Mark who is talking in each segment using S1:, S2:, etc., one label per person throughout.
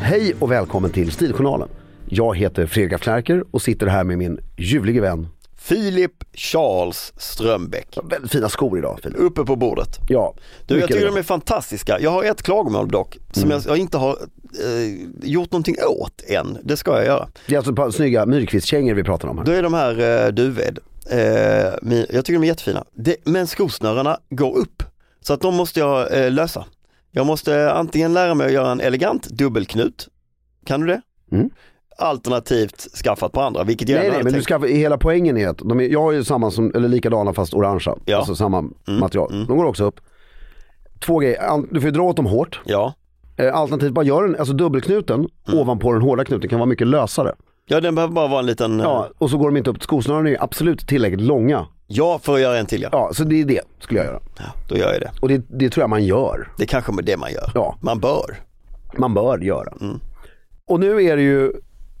S1: Hej och välkommen till Stiljournalen. Jag heter Fredrik af Klerker och sitter här med min ljuvlige vän.
S2: Filip Charles Strömbäck.
S1: Väldigt fina skor idag Filip.
S2: Uppe på bordet.
S1: Ja,
S2: Du, jag
S1: mycket Mm.
S2: tycker
S1: bra.
S2: de är fantastiska. Jag har ett klagomål dock, som jag, jag inte har eh, gjort någonting åt än. Det ska jag göra.
S1: Det är alltså ett par snygga myrkvistkängor vi pratar om här.
S2: Då är de här eh, Duved. Eh, mi- jag tycker de är jättefina. Det, men skosnörena går upp, så att de måste jag eh, lösa. Jag måste eh, antingen lära mig att göra en elegant dubbelknut. Kan du det?
S1: Mm.
S2: Alternativt skaffat på andra, vilket jag
S1: Nej,
S2: gärna
S1: nej,
S2: hade
S1: men du
S2: tänkt.
S1: ska, hela poängen är att de är, jag har ju samma som, eller likadana fast orangea.
S2: Ja.
S1: Alltså samma material.
S2: mm.
S1: De går också upp. Två grejer, An- du får ju dra åt dem hårt.
S2: Ja.
S1: Eh, Alternativt bara gör den, alltså dubbelknuten
S2: Mm.
S1: ovanpå den hårda knuten kan vara mycket lösare.
S2: ja, den behöver bara vara en liten... eh,
S1: Ja, och så går de inte upp, skosnörena är ju absolut tillräckligt långa.
S2: ja, för att göra en till ja.
S1: Ja, så det är det skulle jag göra.
S2: ja. Då gör jag det.
S1: Och det, det tror jag man gör.
S2: Det är kanske är det man gör.
S1: Ja.
S2: Man bör.
S1: man bör göra.
S2: Mm.
S1: Och nu är det ju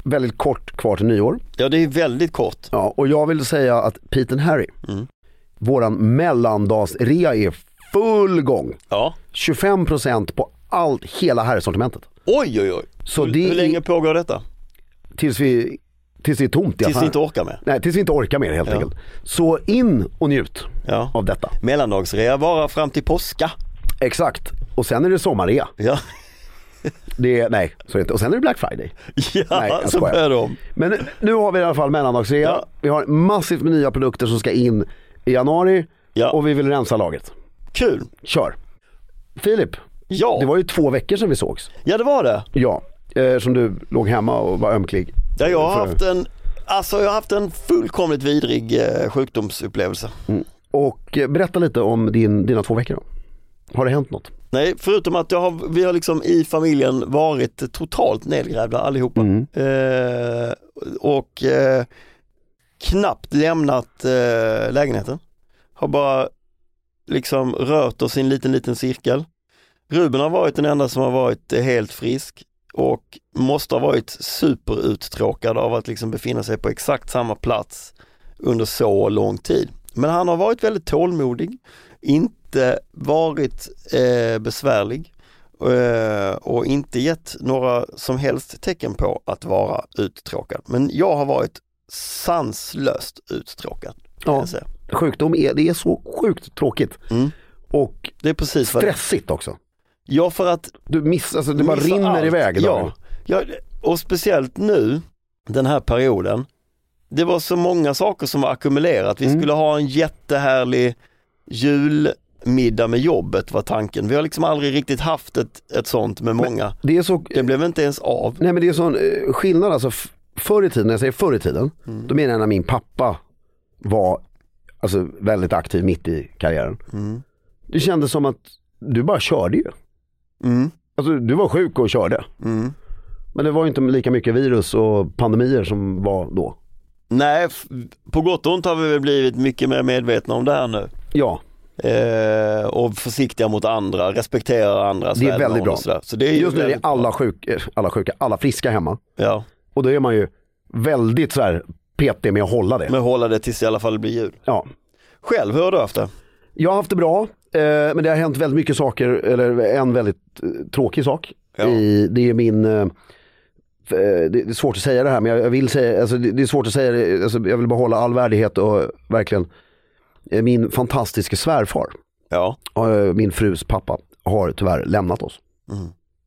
S1: väldigt kort kvar till nyår.
S2: Ja, det är väldigt kort.
S1: Ja, och jag vill säga att Pete and Harry,
S2: Mm.
S1: våran mellandagsrea är full gång.
S2: Ja.
S1: 25% på allt, hela herrsortimentet.
S2: Oj, oj, oj.
S1: Så
S2: hur,
S1: det
S2: hur
S1: är-
S2: länge pågår detta?
S1: Tills, vi, tills det är tomt i
S2: Tills vi
S1: affären.
S2: inte orkar med.
S1: Nej, tills vi inte orkar mer helt
S2: Ja.
S1: enkelt. Så in och njut
S2: Ja.
S1: av detta.
S2: Mellandagsrea varar fram till påska.
S1: Exakt. Och sen är det sommarrea.
S2: Ja,
S1: Det är, nej, så är det inte. Och sen är det Black Friday.
S2: ja
S1: Nej, jag
S2: så
S1: skojar.
S2: börjar de.
S1: Men nu har vi i alla fall mellandagsrea.
S2: Ja.
S1: Vi har massivt med nya produkter som ska in i januari
S2: Ja.
S1: och vi vill rensa lagret.
S2: Kul.
S1: Kör! Filip,
S2: Ja.
S1: det var ju två veckor sedan vi sågs.
S2: ja, det var det.
S1: Ja, eh, som du låg hemma och var ömklig.
S2: Ja, jag har
S1: För-
S2: haft en, alltså jag har haft en fullkomligt vidrig eh, sjukdomsupplevelse.
S1: Och eh, berätta lite om din, dina två veckor då. Har det hänt något?
S2: Nej, förutom att jag har, vi har liksom i familjen varit totalt nedgrävda allihopa. Eh, och eh, knappt lämnat eh, lägenheten. Har bara liksom rört oss i en liten, liten cirkel. Ruben har varit den enda som har varit eh, helt frisk och måste ha varit superuttråkad av att liksom befinna sig på exakt samma plats under så lång tid. Men han har varit väldigt tålmodig, inte varit eh, besvärlig eh, och inte gett några som helst tecken på att vara uttråkad. Men jag har varit sanslöst uttråkad. Kan
S1: Ja.
S2: jag säga.
S1: Sjukdom är, det är så sjukt tråkigt.
S2: Mm.
S1: och
S2: Det är precis vad det är.
S1: stressigt också.
S2: Ja, för att
S1: Du miss, alltså det bara
S2: missar
S1: rinner
S2: allt.
S1: iväg.
S2: Ja.
S1: Ja.
S2: ja, och speciellt nu, den här perioden. Det var så många saker som var ackumulerat.
S1: Mm.
S2: Vi skulle ha en jättehärlig julmiddag med jobbet var tanken. Vi har liksom aldrig riktigt haft ett, ett sånt med många.
S1: Det är så,
S2: det blev inte ens av.
S1: nej men det är sån eh, skillnad alltså. F- Förr i tiden, när jag säger förr i tiden,
S2: Mm.
S1: då menar jag när min pappa var alltså, väldigt aktiv mitt i karriären. Det kändes som att du bara körde ju.
S2: Mm.
S1: Alltså, du var sjuk och körde.
S2: Mm.
S1: Men det var ju inte lika mycket virus och pandemier som var då.
S2: Nej, f- på gott och ont har vi väl blivit mycket mer medvetna om det här nu.
S1: Ja,
S2: Eh, och försiktiga mot andra, respekterar andras
S1: Det är
S2: välmående
S1: väldigt bra.
S2: och sådär. Så det är ju
S1: just nu är det
S2: väldigt bra.
S1: alla, sjuk, eh, alla sjuka, alla friska hemma.
S2: Ja,
S1: Och då är man ju väldigt så här petig med att hålla det.
S2: men hålla det tills i alla fall det blir jul.
S1: Ja.
S2: Själv, hur har du haft det?
S1: Jag har haft det bra, eh, men det har hänt väldigt mycket saker, eller en väldigt eh, tråkig sak.
S2: Ja.
S1: I, det är min, eh, f- eh, det det är svårt att säga det här, men jag, jag vill säga, alltså, det, det är svårt att säga det, alltså, jag vill behålla all värdighet och verkligen, eh, min fantastiska svärfar,
S2: Ja,
S1: eh, min frus pappa, har tyvärr lämnat oss.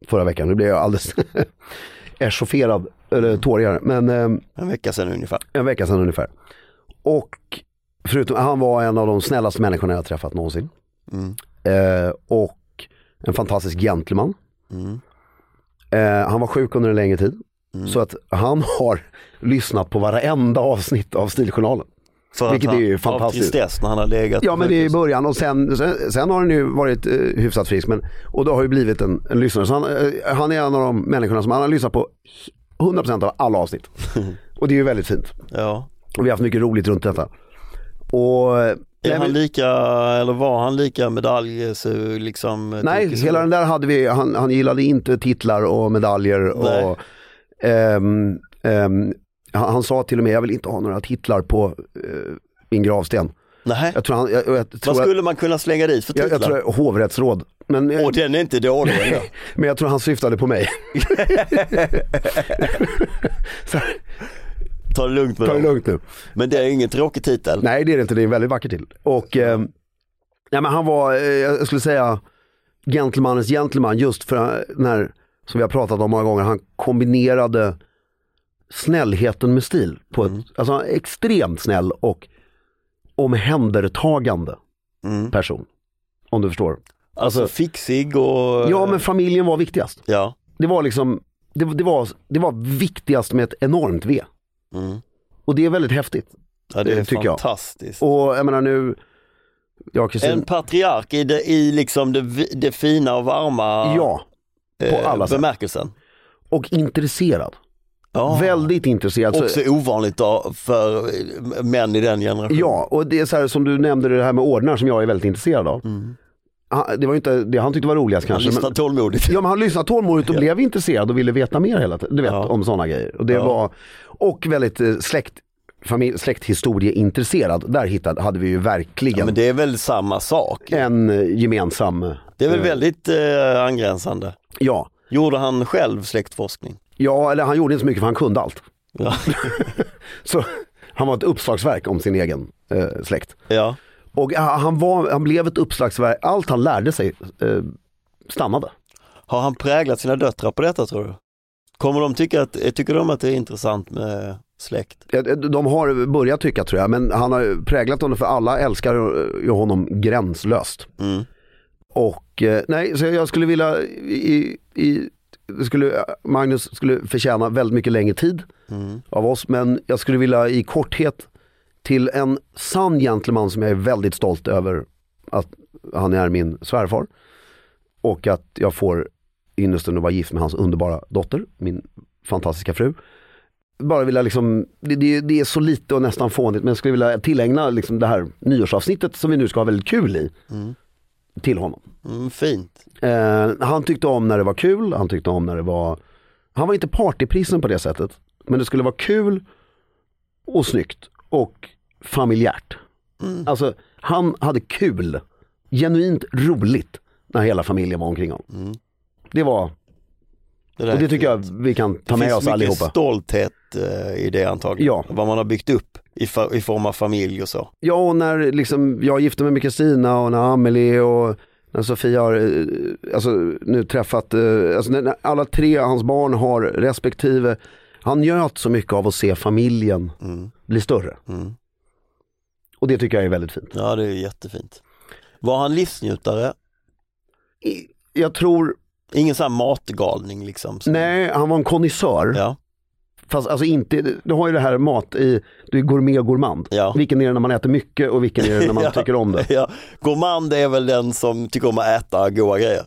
S1: Förra veckan, nu blev jag alldeles echaufferad, eller tårigare, men eh,
S2: en vecka sedan ungefär.
S1: en vecka sedan ungefär. Och förutom, han var en av de snällaste människorna jag har träffat någonsin.
S2: Mm.
S1: Eh, och en fantastisk gentleman.
S2: Mm.
S1: Eh, han var sjuk under en längre tid. Så att han har lyssnat på varenda avsnitt av Stiljournalen.
S2: För
S1: Vilket
S2: att han-
S1: är ju fantastiskt.
S2: Av tristess när han har legat
S1: Ja men det är i
S2: sjukhus.
S1: början och sen, sen, sen har han ju varit eh, hyfsat frisk. Men, och då har ju blivit en, en lyssnare. Så han, eh, han är en av de människorna som han har lyssnat på 100% av alla avsnitt. och det är ju väldigt fint.
S2: ja.
S1: Och vi har haft mycket roligt runt detta. Och, eh,
S2: Är
S1: nej,
S2: han
S1: men-
S2: lika, eller var han lika medalj, så liksom?
S1: nej
S2: turkisk-
S1: hela den där hade vi, han, han gillade inte titlar och medaljer.
S2: Nej.
S1: Och, ehm, ehm, han, han sa till och med, jag vill inte ha några titlar på eh, min gravsten.
S2: Nej.
S1: Jag tror han, jag, jag, tror
S2: Vad
S1: att-
S2: skulle man kunna slänga dit för titlar?
S1: jag, jag tror jag, hovrättsråd. Men, eh,
S2: Och den är inte dålig ändå.
S1: men jag tror han syftade på mig. Så,
S2: Ta det lugnt med
S1: ta det
S2: dem.
S1: lugnt nu.
S2: Men det är ingen tråkig titel.
S1: Nej det är det inte, det är en väldigt vacker till. Och, eh, nej, men han var, eh, jag skulle säga, gentlemannens gentleman just för den här, som vi har pratat om många gånger, han kombinerade snällheten med stil. På ett, Alltså han är extremt snäll och omhändertagande
S2: Mm.
S1: person. Om du förstår.
S2: Alltså fixig och... eh,
S1: Ja men familjen var viktigast.
S2: Ja.
S1: Det var liksom, det, det, var, det var viktigast med ett enormt V.
S2: Mm.
S1: Och det är väldigt häftigt.
S2: ja det
S1: Det
S2: är
S1: tycker jag.
S2: fantastiskt.
S1: Och jag menar nu, jag och Kristin,
S2: En patriark i, det, i liksom det, vi- det fina och varma eh,
S1: ja. på alla sätt.
S2: bemärkelsen.
S1: och intresserad.
S2: Ja.
S1: Väldigt intresserad. Så-
S2: Också ovanligt då för eh, män i den generationen.
S1: ja, och det är så här som du nämnde det här med ordnar som jag är väldigt intresserad av. Han, det var ju inte det han tyckte var roligast
S2: Mm. Han
S1: kanske.
S2: lyssnar
S1: Men,
S2: tålmodigt.
S1: ja, men han lyssnade tålmodigt och blev intresserad och ville veta mer hela tiden. Du vet,
S2: Ja.
S1: om sådana grejer. Och, det
S2: Ja.
S1: var, och väldigt eh, släkt, familj, släkthistorieintresserad. Där hittade, hade vi ju verkligen
S2: Ja, men det är väl samma sak.
S1: en eh, gemensam... eh,
S2: Det är väl väldigt eh, angränsande.
S1: Ja.
S2: Gjorde han själv släktforskning?
S1: ja, eller han gjorde inte så mycket för han kunde allt.
S2: Ja.
S1: Så han var ett uppslagsverk om sin egen eh, släkt.
S2: ja.
S1: Och eh, han, var, han blev ett uppslagsverk, allt han lärde sig eh, stannade.
S2: Har han präglat sina döttrar på detta tror du? Kommer de tycka att, eh, tycker de att det är intressant med släkt?
S1: Eh, De har börjat tycka tror jag, men han har ju präglat honom för alla älskar eh, ju honom gränslöst.
S2: Mm.
S1: Och eh, nej, så jag skulle vilja, i, i, det skulle, Magnus skulle förtjäna väldigt mycket längre tid
S2: Mm.
S1: av oss, men jag skulle vilja i korthet till en sann gentleman som jag är väldigt stolt över att han är min svärfar och att jag får ynnesten att vara gift med hans underbara dotter, min fantastiska fru. Bara vilja liksom, det, det, det är så lite och nästan fånigt men jag skulle vilja tillägna liksom det här nyårsavsnittet som vi nu ska ha väldigt kul i till honom.
S2: Mm, fint.
S1: Eh, han tyckte om när det var kul, han tyckte om när det var... Han var inte partyprisen på det sättet. Men det skulle vara kul och snyggt och familjärt.
S2: Mm.
S1: Alltså, han hade kul.
S2: Mm.
S1: Genuint roligt när hela familjen var omkring honom. Det var
S2: där
S1: Och
S2: är
S1: det tycker jag
S2: fint.
S1: vi kan ta med
S2: finns
S1: oss
S2: mycket
S1: allihopa.
S2: stolthet eh, i det antagligen.
S1: Ja.
S2: Vad man har byggt upp i, fa- i form av familj och så.
S1: Ja, och när liksom, jag gifte mig med Kristina och när Amelie och när Sofia har eh, alltså, nu träffat, eh, alltså, när, när alla tre av hans barn har respektive, han njöt så mycket av att se familjen
S2: Mm.
S1: bli större.
S2: Mm.
S1: Och det tycker jag är väldigt fint.
S2: Ja det är jättefint. Var han livsnjutare?
S1: I- Jag tror,
S2: Ingen sån här matgalning liksom? som-
S1: nej han var en konnässör,
S2: Ja,
S1: fast alltså inte, du har ju det här mat i, du är gourmet och gourmand.
S2: ja.
S1: Vilken är det när man äter mycket och vilken är det när man
S2: Ja.
S1: tycker om det?
S2: ja. Gourmand är väl den som tycker om att äta goda grejer?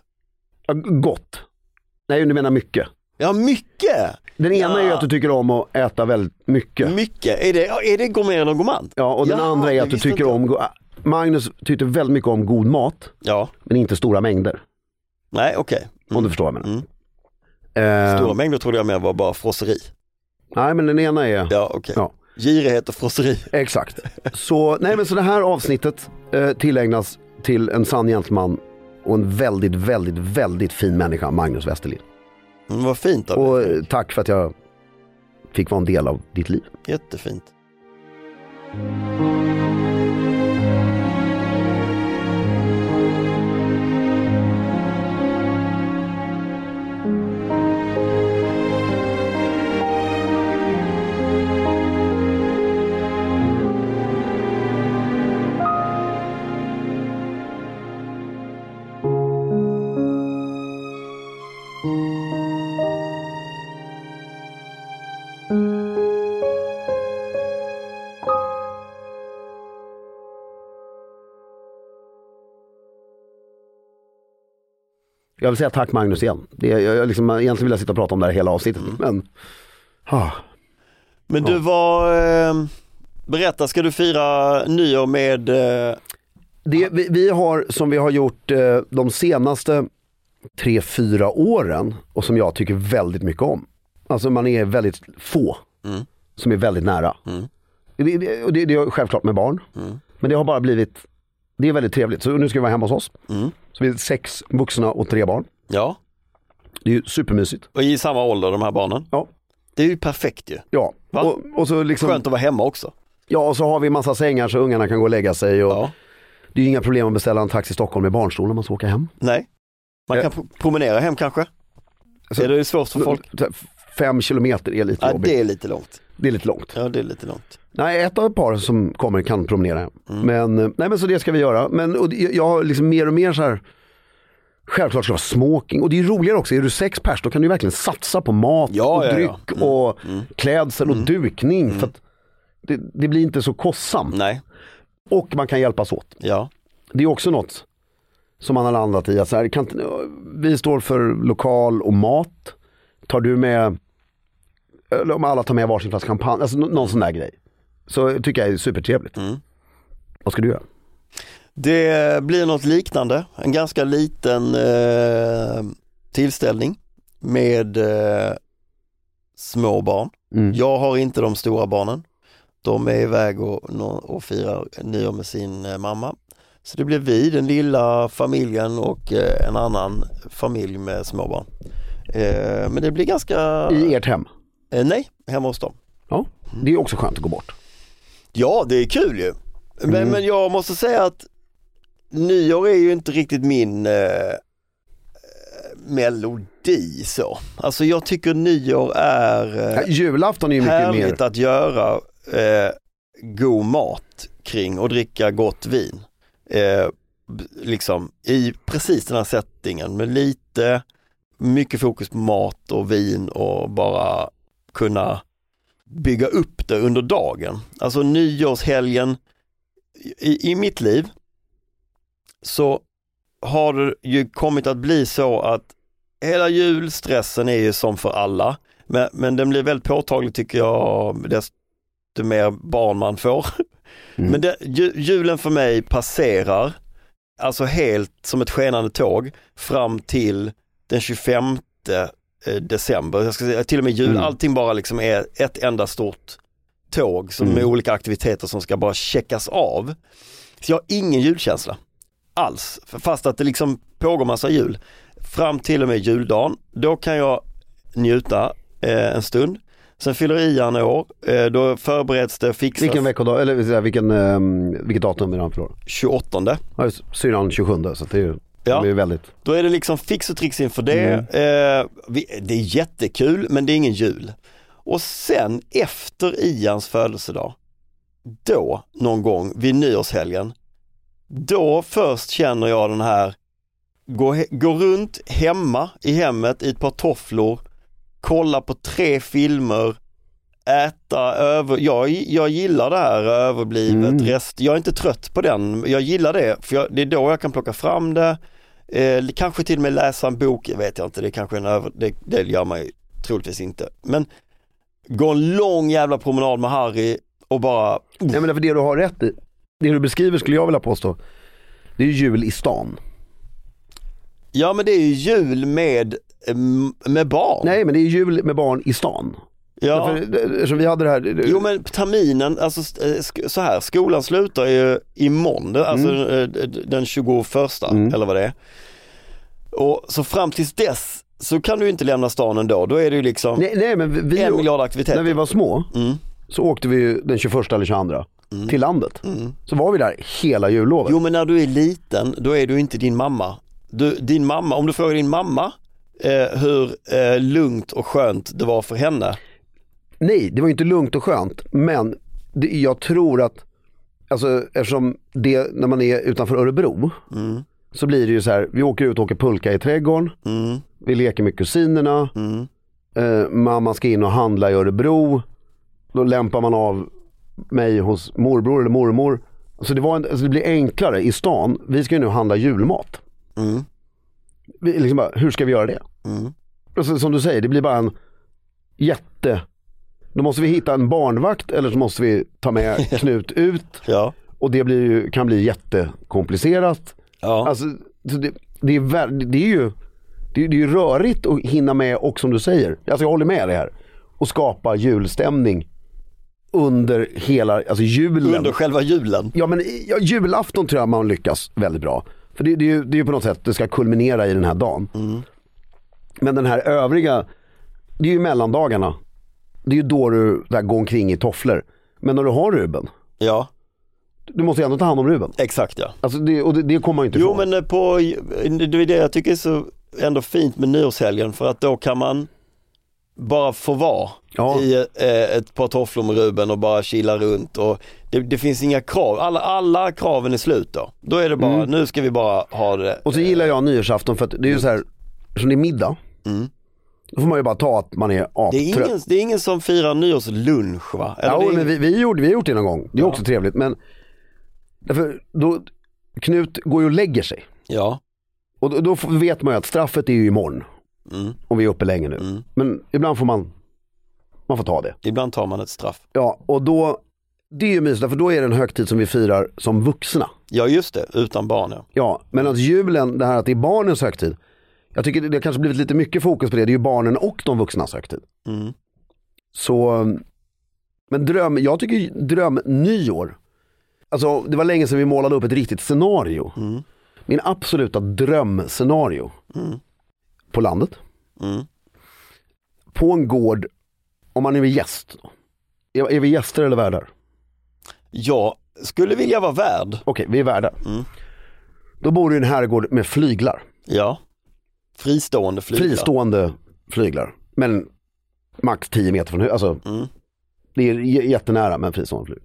S1: Ja, Gott. Nej, du menar mycket.
S2: Ja mycket!
S1: Den ena är ju
S2: Ja.
S1: att du tycker om att äta väldigt mycket.
S2: Mycket, är det, ja, är det gourmet eller gourmand?
S1: Ja, och den
S2: Ja,
S1: andra
S2: det
S1: är att du
S2: visste
S1: tycker
S2: inte jag.
S1: om, go- Magnus tyckte väldigt mycket om god mat,
S2: Ja,
S1: men inte stora mängder.
S2: nej okej.
S1: Om du förstår vad jag menar.
S2: Mm.
S1: Eh,
S2: Stora mängder trodde jag mer var bara frosseri.
S1: Nej, men den ena är,
S2: Ja okej.
S1: Ja.
S2: Girighet och frosseri.
S1: exakt. Så, nej men så det här avsnittet eh, tillägnas till en sann gentleman och en väldigt, väldigt, väldigt fin människa, Magnus Westerlind.
S2: Mm, vad fint av dig.
S1: Och eh, tack för att jag fick vara en del av ditt liv.
S2: Jättefint.
S1: Jag vill säga tack Magnus igen. Det, jag, jag, liksom, egentligen vill jag sitta och prata om det här hela avsnittet,
S2: Mm.
S1: men ah,
S2: Men du var, eh, berätta, ska du fira nyår med, eh,
S1: Det, vi, vi har, som vi har gjort eh, de senaste tre, fyra åren och som jag tycker väldigt mycket om. Alltså man är väldigt få
S2: Mm.
S1: som är väldigt nära.
S2: Mm.
S1: Det, det, och det, det är självklart med barn,
S2: Mm.
S1: men det har bara blivit, det är väldigt trevligt. Så nu ska vi vara hemma hos oss.
S2: Mm.
S1: Så vi är sex vuxna och tre barn.
S2: ja,
S1: Det är ju supermysigt.
S2: och i samma ålder de här barnen?
S1: Ja.
S2: Det är ju perfekt ju.
S1: Ja,
S2: Va?
S1: och, och så liksom,
S2: Skönt att vara hemma också.
S1: ja, och så har vi massa sängar så ungarna kan gå och lägga sig. Och
S2: Ja.
S1: Det är ju inga problem att beställa en taxi i Stockholm med barnstol när man ska åka hem.
S2: Nej, man
S1: Ja.
S2: kan pro- promenera hem kanske.
S1: Så-
S2: är det svårt för folk?
S1: Fem kilometer är lite
S2: Ja,
S1: jobbigt.
S2: det är lite långt.
S1: det är lite långt.
S2: Ja, det är lite långt.
S1: Nej, ett av ett par som kommer kan promenera hem.
S2: Mm.
S1: Men, eh, nej, men så det ska vi göra. Men och det- jag har liksom mer och mer så här, självklart ska det vara smoking. Och det är ju roligare också, är du sex pers då kan du ju verkligen satsa på mat
S2: Ja,
S1: och
S2: ja, Mm. ja.
S1: dryck och klädsel och dukning. För att det, det blir inte så kostsamt.
S2: Mm. Nej,
S1: Och man kan hjälpas åt.
S2: ja,
S1: Det är också något som man har landat i. Att så här, kan, inte- vi står för lokal och mat. Tar du med, eller om alla tar med varsin flaska champagne, alltså nå- någon sån där grej. Så tycker jag är supertrevligt.
S2: Mm.
S1: Vad ska du göra?
S2: det blir något liknande. En ganska liten eh, tillställning med eh, små barn. Jag har inte de stora barnen. De är iväg och, och firar nyår med sin eh, mamma. Så det blir vi, den lilla familjen och eh, en annan familj med småbarn. Eh, Men det blir ganska...
S1: I ert hem.
S2: Eh, Nej, hemma hos dem.
S1: Ja, det är också skönt att gå bort.
S2: Ja, det är kul ju. Men,
S1: Mm.
S2: men jag måste säga att nyår är ju inte riktigt min eh, melodi så. Alltså jag tycker nyår är... eh,
S1: Ja, Äh, julafton är ju mycket
S2: härligt
S1: mer.
S2: att göra eh, god mat kring och dricka gott vin. Eh, b- liksom i precis den här settingen med lite, mycket fokus på mat och vin och bara kunna bygga upp det under dagen. Alltså nyårshelgen i, i mitt liv så har det ju kommit att bli så att hela julstressen är ju som för alla. Men, men den blir väldigt påtaglig tycker jag desto mer barn man får.
S1: Mm.
S2: Men det, ju, julen för mig passerar, alltså helt som ett skenande tåg, fram till den 25 eh, december. Jag ska säga, till och med jul,
S1: Mm.
S2: allting bara liksom är ett enda stort tåg som,
S1: Mm.
S2: med olika aktiviteter som ska bara checkas av. Så jag har ingen julkänsla alls, fast att det liksom pågår massa jul. Fram till och med juldagen, då kan jag njuta eh, en stund. Sen fyller Ian år, eh, då förbereds det och fixas
S1: Vilken veckodag, eller vill säga, vilken, ehm, vilket datum är det han förlorar?
S2: 28.
S1: Ja, just syrran 27 så det är ju
S2: Ja.
S1: det är väldigt.
S2: Då är det liksom fix och tricks inför det. Eh, vi, det är jättekul men det är ingen jul. Och sen efter Ians födelsedag, då någon gång vid nyårshelgen, då först känner jag den här, gå, he- gå runt hemma i hemmet i ett par tofflor, kolla på tre filmer, äta över, jag, jag gillar det här överblivet, rest, jag är inte trött på den, jag gillar det, för jag, det är då jag kan plocka fram det, Eh, kanske till och med läsa en bok, det vet jag inte, det är kanske en över, det, det gör man ju troligtvis inte. Men gå en lång jävla promenad med Harry och bara,
S1: Nej men därför det du har rätt i, det du beskriver skulle jag vilja påstå, det är ju jul i stan.
S2: ja men det är ju jul med, eh, m- med barn.
S1: Nej men det är jul med barn i stan.
S2: ja.
S1: Därför, det- eftersom vi hade det här, det-
S2: Jo men terminen, alltså st- eh, sk- så här, skolan slutar ju i måndag, alltså
S1: Mm.
S2: eh, d- d- den 21 eller vad det är. Och så fram tills dess så kan du ju inte lämna stan ändå, då är det ju liksom
S1: nej, nej men vi- vi,
S2: en miljard Mm.
S1: när
S2: aktiviteter.
S1: vi var små så åkte vi ju den 21 eller 22
S2: Mm.
S1: till landet. Så var vi där hela jullovet.
S2: Jo men när du är liten, då är du inte din mamma. Du, din mamma, om du frågar din mamma eh, hur eh, lugnt och skönt det var för henne.
S1: Nej, det var ju inte lugnt och skönt, men det, jag tror att, alltså eftersom det, när man är utanför Örebro,
S2: Mm.
S1: så blir det ju så här, vi åker ut och åker pulka i trädgården,
S2: Mm.
S1: vi leker med kusinerna, eh, mamma ska in och handla i Örebro, då lämpar man av mig hos morbror eller mormor. Så det, var en, alltså det blir enklare i stan, vi ska ju nu handla julmat.
S2: Mm.
S1: Vi, liksom bara, hur ska vi göra det?
S2: Mm.
S1: Alltså, som du säger, det blir bara en jätte... Då måste vi hitta en barnvakt eller så måste vi ta med Knut ut.
S2: Ja.
S1: Och det blir ju, kan bli jättekomplicerat.
S2: ja.
S1: Alltså, så det, det, är, vär- det är ju det är, det är ju rörigt att hinna med och som du säger, alltså jag håller med dig här, och skapa julstämning under hela, alltså julen.
S2: Under själva julen.
S1: Ja men i- ja, julafton tror jag man lyckas väldigt bra. För det, det, är ju, det är ju på något sätt, det ska kulminera i den här dagen.
S2: Mm.
S1: Men den här övriga, det är ju mellandagarna. Det är ju då du där, går omkring i tofflor. Men när du har Ruben,
S2: Ja,
S1: du måste ju ändå ta hand om Ruben.
S2: exakt ja.
S1: Alltså det, och det, det kommer man ju inte
S2: Jo
S1: ifrån.
S2: men eh, på, det är det jag tycker är så ändå fint med nyårshelgen för att då kan man bara få vara
S1: Ja.
S2: i eh, ett par tofflor med Ruben och bara chilla runt och det, det finns inga krav, alla, alla kraven är slut då. Då är det bara, nu ska vi bara ha det.
S1: Mm. Och så gillar jag nyårsafton för att det är ju så här, som det är middag. Då får man ju bara ta att man är
S2: Mm. Det är,
S1: aptrött.
S2: ingen, det är ingen som firar nyårslunch va? Eller det
S1: Ja,
S2: är
S1: men
S2: ingen-
S1: vi, vi, gjorde, vi har gjort det någon gång. Det är också trevligt. Men därför, då, Knut går ju och lägger sig.
S2: ja.
S1: Och då, då får- vet man ju att straffet är ju imorgon.
S2: Mm.
S1: Om vi är uppe länge nu.
S2: Mm.
S1: Men ibland får man, man får ta det.
S2: Ibland tar man ett straff.
S1: Ja, och då, det är ju mysigt för då är det en högtid som vi firar som vuxna.
S2: Ja just det, utan barn ja.
S1: Ja, men att julen, det här att det är barnens högtid. Jag tycker det, det har kanske blivit lite mycket fokus på det. Det är ju barnen och de vuxnas högtid.
S2: Mm.
S1: Så, men dröm, jag tycker ju dröm nyår. Alltså det var länge sedan vi målade upp ett riktigt scenario.
S2: Mm.
S1: Min absoluta drömscenario. På landet.
S2: Mm.
S1: På en gård, om man är gäst. då. Är, är vi gäster eller värdar?
S2: Jag skulle vilja vara värd.
S1: Okej, vi är värdar.
S2: Mm.
S1: Då bor du i en herrgård med flyglar.
S2: Ja. Fristående flyglar.
S1: Fristående flyglar. Men max 10 meter från huset. Alltså,
S2: Mm.
S1: Det är j- jättenära men fristående flyglar.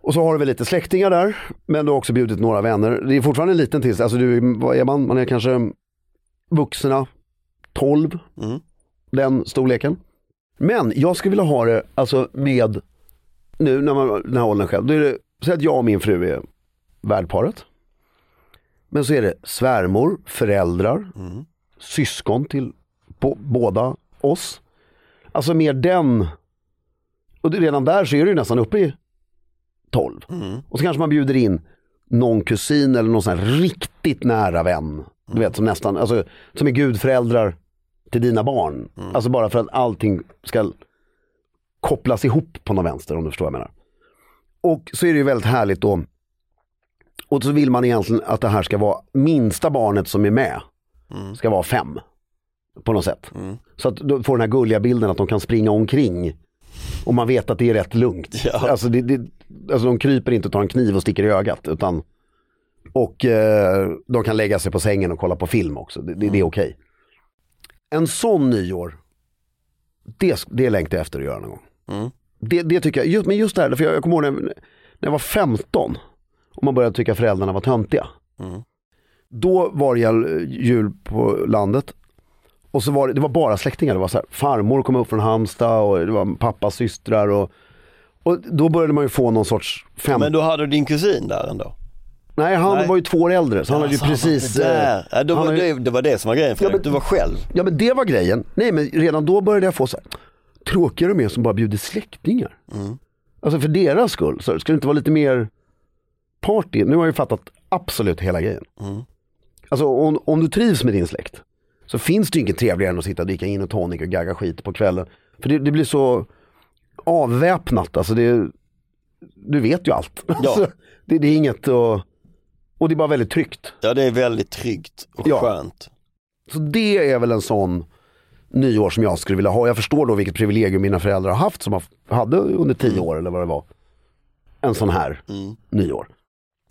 S1: Och så har du väl lite släktingar där. Men du har också bjudit några vänner. Det är fortfarande en liten tids. Alltså du, är- vad är man? Man är kanske vuxna 12.
S2: Mm.
S1: Den storleken. Men jag skulle vilja ha det alltså med, nu när man den här åldern själv. Då är det, säg att jag och min fru är värdparet. Men så är det svärmor, föräldrar, syskon till bo, båda oss. Alltså mer den, och det- redan där så är du ju nästan uppe i 12. Och så kanske man bjuder in någon kusin eller någon sån här riktigt nära vän. Du vet som nästan, alltså som är gudföräldrar till dina barn. Alltså bara för att allting ska kopplas ihop på någon vänster om du förstår vad jag menar. Och så är det ju väldigt härligt då. Och så vill man egentligen att det här ska vara minsta barnet som är med. Ska vara Mm. fem. på något sätt. Så att du får den här gulliga bilden att de kan springa omkring och man vet att det är rätt lugnt. Alltså, det, det, alltså de kryper inte och tar en kniv och sticker i ögat utan och eh, de kan lägga sig på sängen och kolla på film också. Det, det, det är
S2: Mm.
S1: okej. En sån nyår, det, det längtar jag efter att göra någon gång.
S2: Mm.
S1: Det, det tycker jag, just, men just det här, för jag, jag kommer ihåg när, när jag var 15 och man började tycka föräldrarna var töntiga.
S2: Mm.
S1: Då var det jul- jul på landet och så var det, det var bara släktingar, det var så här, farmor kom upp från Halmstad och det var pappas systrar och, och då började man ju få någon sorts fem...
S2: Men då hade du din kusin där ändå?
S1: Nej han
S2: Nej.
S1: var ju två år äldre så han hade ju
S2: Alltså,
S1: precis...
S2: Det,
S1: eh,
S2: där. Ja, då
S1: han
S2: var,
S1: hade-
S2: det, det var det som var grejen för
S1: Ja,
S2: dig.
S1: men-
S2: du var själv.
S1: Ja men det var grejen. Nej men redan då började jag få så här, tråkiga de är som bara bjuder släktingar.
S2: Mm.
S1: Alltså för deras skull, så ska det inte vara lite mer party? Nu har jag ju fattat absolut hela grejen.
S2: Mm.
S1: Alltså om, om du trivs med din släkt så finns det ju inget trevligare än att sitta och dricka in och tonic och gagga skit på kvällen. För det, det blir så avväpnat, alltså det, du vet ju allt. Alltså, det, det är inget och, och det är bara väldigt tryggt.
S2: Ja det är väldigt tryggt och
S1: Ja.
S2: skönt.
S1: Så det är väl en sån nyår som jag skulle vilja ha. Jag förstår då vilket privilegium mina föräldrar har haft som har- hade under tio år eller vad det var. En sån här
S2: Mm.
S1: nyår.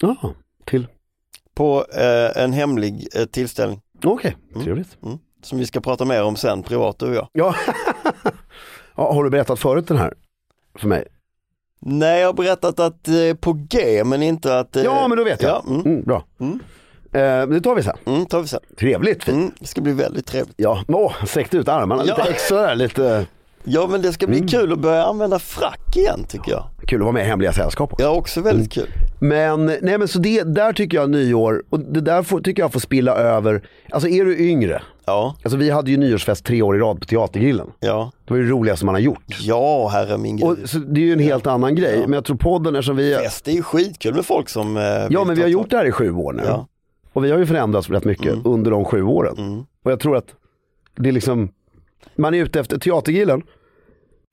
S1: Ja, till.
S2: På eh, en hemlig eh, tillställning
S1: Okej, trevligt.
S2: mm. som vi ska prata mer om sen privat du och jag.
S1: Ja. ja, har du berättat förut den här? För mig?
S2: Nej jag har berättat att det är på G men inte att eh,
S1: Ja, men då vet jag.
S2: Ja, mm,
S1: Mm, bra.
S2: Mm.
S1: Eh, det tar vi sen.
S2: mm, tar vi sen.
S1: Trevligt fint.
S2: Mm, det ska bli väldigt trevligt.
S1: Ja, men åh, sträckte ut armarna
S2: Ja.
S1: lite extra där, lite
S2: Ja men det ska
S1: Mm.
S2: bli kul att börja använda frack igen tycker jag.
S1: kul att vara med i hemliga sällskap.
S2: Ja också väldigt
S1: Mm.
S2: kul.
S1: Men, nej men så det, där tycker jag nyår, och det där får, tycker jag får spilla över, alltså är du yngre,
S2: Ja,
S1: alltså vi hade ju nyårsfest tre år i rad på Teatergrillen.
S2: ja,
S1: Det var ju det roligaste man har gjort.
S2: ja herre min gud.
S1: Och, så det är ju en helt annan grej, men jag tror podden eftersom vi,
S2: Fest är ju skitkul med folk som eh,
S1: ja
S2: vill
S1: men
S2: ta
S1: vi har
S2: tag.
S1: gjort det här i sju år nu.
S2: Ja. Mm.
S1: Och vi har ju förändrats rätt mycket under de sju åren. Och jag tror att det är liksom, man är ute efter Teatergrillen,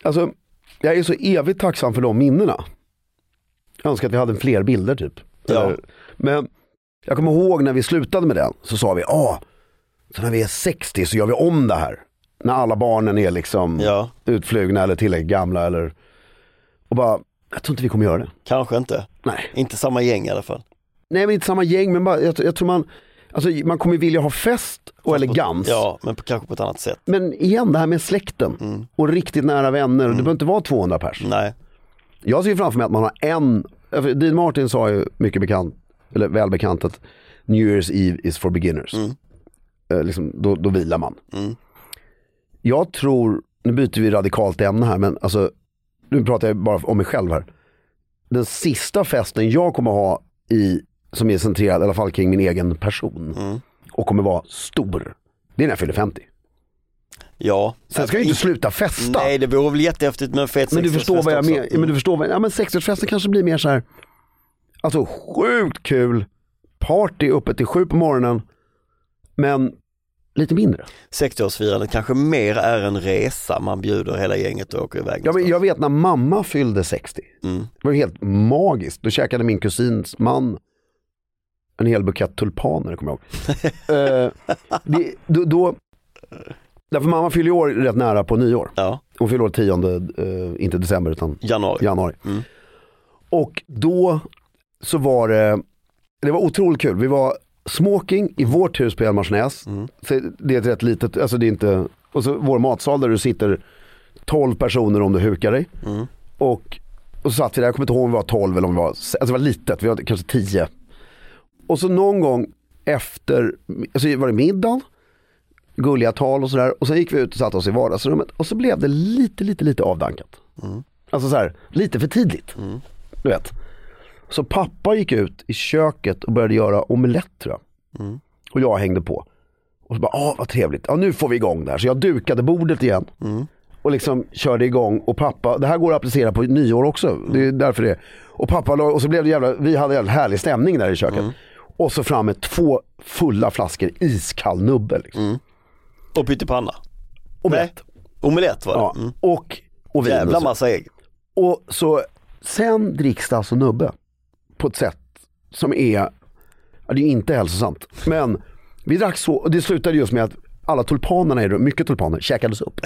S1: alltså jag är så evigt tacksam för de minnena. Jag önskar att vi hade fler bilder typ.
S2: Ja.
S1: Eller- Men jag kommer ihåg när vi slutade med den så sa vi, ah, så när vi är 60 så gör vi om det här. När alla barnen är liksom
S2: Ja.
S1: utflugna eller tillräckligt gamla eller och bara, jag tror inte vi kommer göra det.
S2: Kanske inte.
S1: Nej.
S2: Inte samma gäng i alla fall.
S1: Nej men inte samma gäng men bara, jag, jag tror man, alltså, man kommer vilja ha fest och elegans.
S2: Ja, men på, kanske på ett annat sätt.
S1: Men igen det här med släkten och riktigt nära vänner, det behöver inte vara 200 pers.
S2: Nej,
S1: Jag ser ju framför mig att man har en, för Dean Martin sa ju mycket bekant, eller välbekant att New Year's Eve is for beginners.
S2: Mm.
S1: Eh, liksom, då, då vilar man. Jag tror, nu byter vi radikalt ämne här, men alltså, nu pratar jag bara om mig själv här. Den sista festen jag kommer ha i, som är centrerad i alla fall kring min egen person
S2: Mm.
S1: och kommer vara stor, det är när jag fyller 50.
S2: ja.
S1: Sen ska jag ju inte sluta festa.
S2: Nej, det vore väl jättehäftigt med en fet
S1: Men du förstår vad jag
S2: sexårsfest
S1: menar.
S2: också.
S1: Men du förstår vad, ja men sexårsfesten kanske blir mer så här. Alltså sjukt kul. Party uppe till sju på morgonen. Men lite mindre.
S2: 60-årsfirandet kanske mer är en resa man bjuder hela gänget och åker iväg.
S1: Ja, men
S2: någonstans.
S1: jag vet när mamma fyllde 60. Det var ju helt magiskt. Då käkade min kusins man en hel bukett tulpaner, kommer jag ihåg. Eh, det, då, då, därför mamma fyller ju år rätt nära på nyår.
S2: ja,
S1: Hon fyller år 10, eh, inte december utan
S2: januari.
S1: januari. Och då så var det, det var otroligt kul. Vi var smoking i vårt hus på Hjalmarsnäs. Så Det är ett rätt litet, alltså det är inte, och så vår matsal där du sitter 12 personer om du hukar dig. Och, och så satt vi där, jag kommer inte ihåg om vi var 12 eller om vi var, alltså det var litet, vi var kanske 10. Och så någon gång efter, alltså var det middagen, gulliga tal och sådär. Och sen gick vi ut och satte oss i vardagsrummet och så blev det lite, lite, lite avdankat. Alltså så här, lite för tidigt.
S2: Mm.
S1: Du vet. Så pappa gick ut i köket och började göra omelett tror jag.
S2: Mm.
S1: Och jag hängde på. Och så bara, ah vad trevligt, ja nu får vi igång det här. Så jag dukade bordet igen.
S2: Mm.
S1: Och liksom körde igång och pappa, det här går att applicera på nyår också.
S2: Mm.
S1: Det är därför det. är. Och pappa la- och så blev det jävla, vi hade jävla härlig stämning där i köket.
S2: Mm.
S1: Och så fram med två fulla flaskor iskall nubbe. Liksom.
S2: Mm. Och pyttipanna.
S1: Omelett.
S2: Omelett var det.
S1: Ja.
S2: Mm.
S1: Och, och vin.
S2: Jävla
S1: och så.
S2: massa ägg.
S1: Och så, sen dricks det alltså nubbe på ett sätt som är, ja, det är inte hälsosamt. Men vi drack så, och det slutade just med att alla tulpanerna i rummet, mycket tulpaner, käkades upp.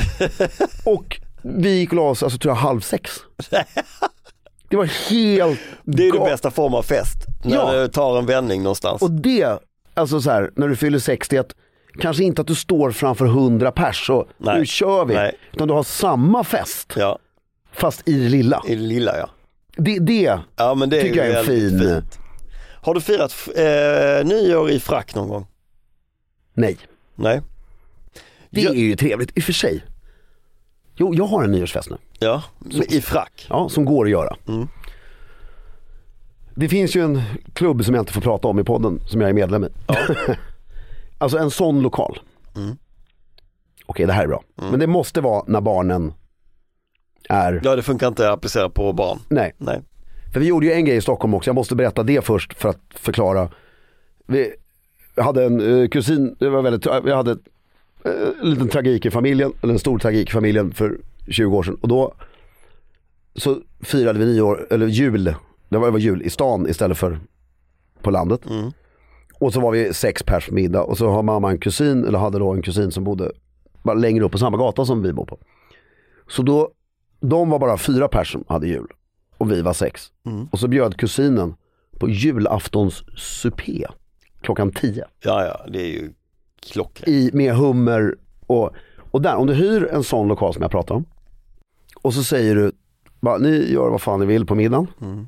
S1: Och vi gick och la oss, alltså tror jag halv sex. Det var helt
S2: Det är den
S1: galet.
S2: bästa formen av fest. När
S1: Ja.
S2: det tar en vändning någonstans.
S1: Och det, alltså så här, när du fyller 60, att kanske inte att du står framför 100 pers och
S2: Nej.
S1: nu kör vi.
S2: Nej.
S1: Utan du har samma fest,
S2: Ja,
S1: fast i det lilla.
S2: i det lilla ja.
S1: Det, det
S2: Ja men det
S1: tycker jag
S2: är
S1: är en
S2: väldigt
S1: fin,
S2: fint. Har du firat f- eh, nyår i frack någon gång?
S1: nej.
S2: Nej.
S1: Det
S2: Ja.
S1: är ju trevligt i och för sig. Jo, jag har en nyårsfest nu.
S2: Ja, men i frack.
S1: Ja, som går att göra. Det finns ju en klubb som jag inte får prata om i podden som jag är medlem i. alltså en sån lokal. Okej, det här är bra. Men det måste vara när barnen är...
S2: Ja det funkar inte att applicera på barn.
S1: Nej,
S2: Nej.
S1: för vi gjorde ju en grej i Stockholm också. Jag måste berätta det först för att förklara. Vi hade en eh, kusin, det var väldigt, vi hade eh, en liten tragik i familjen, eller en stor tragik i familjen för 20 år sedan. Och då så firade vi nyår, eller jul, det var, det var jul i stan istället för på landet. Och så var vi sex pers på middag och så har mamma en kusin, eller hade då en kusin som bodde bara längre upp på samma gata som vi bor på. Så då, de var bara fyra pers som hade jul och vi var sex.
S2: Mm.
S1: Och så bjöd kusinen på julaftonssuppé klockan tio.
S2: Ja ja, det är ju klockrent.
S1: I, med hummer och, och där, om du hyr en sån lokal som jag pratar om. Och så säger du, bara, ni gör vad fan ni vill på middagen.
S2: Mm.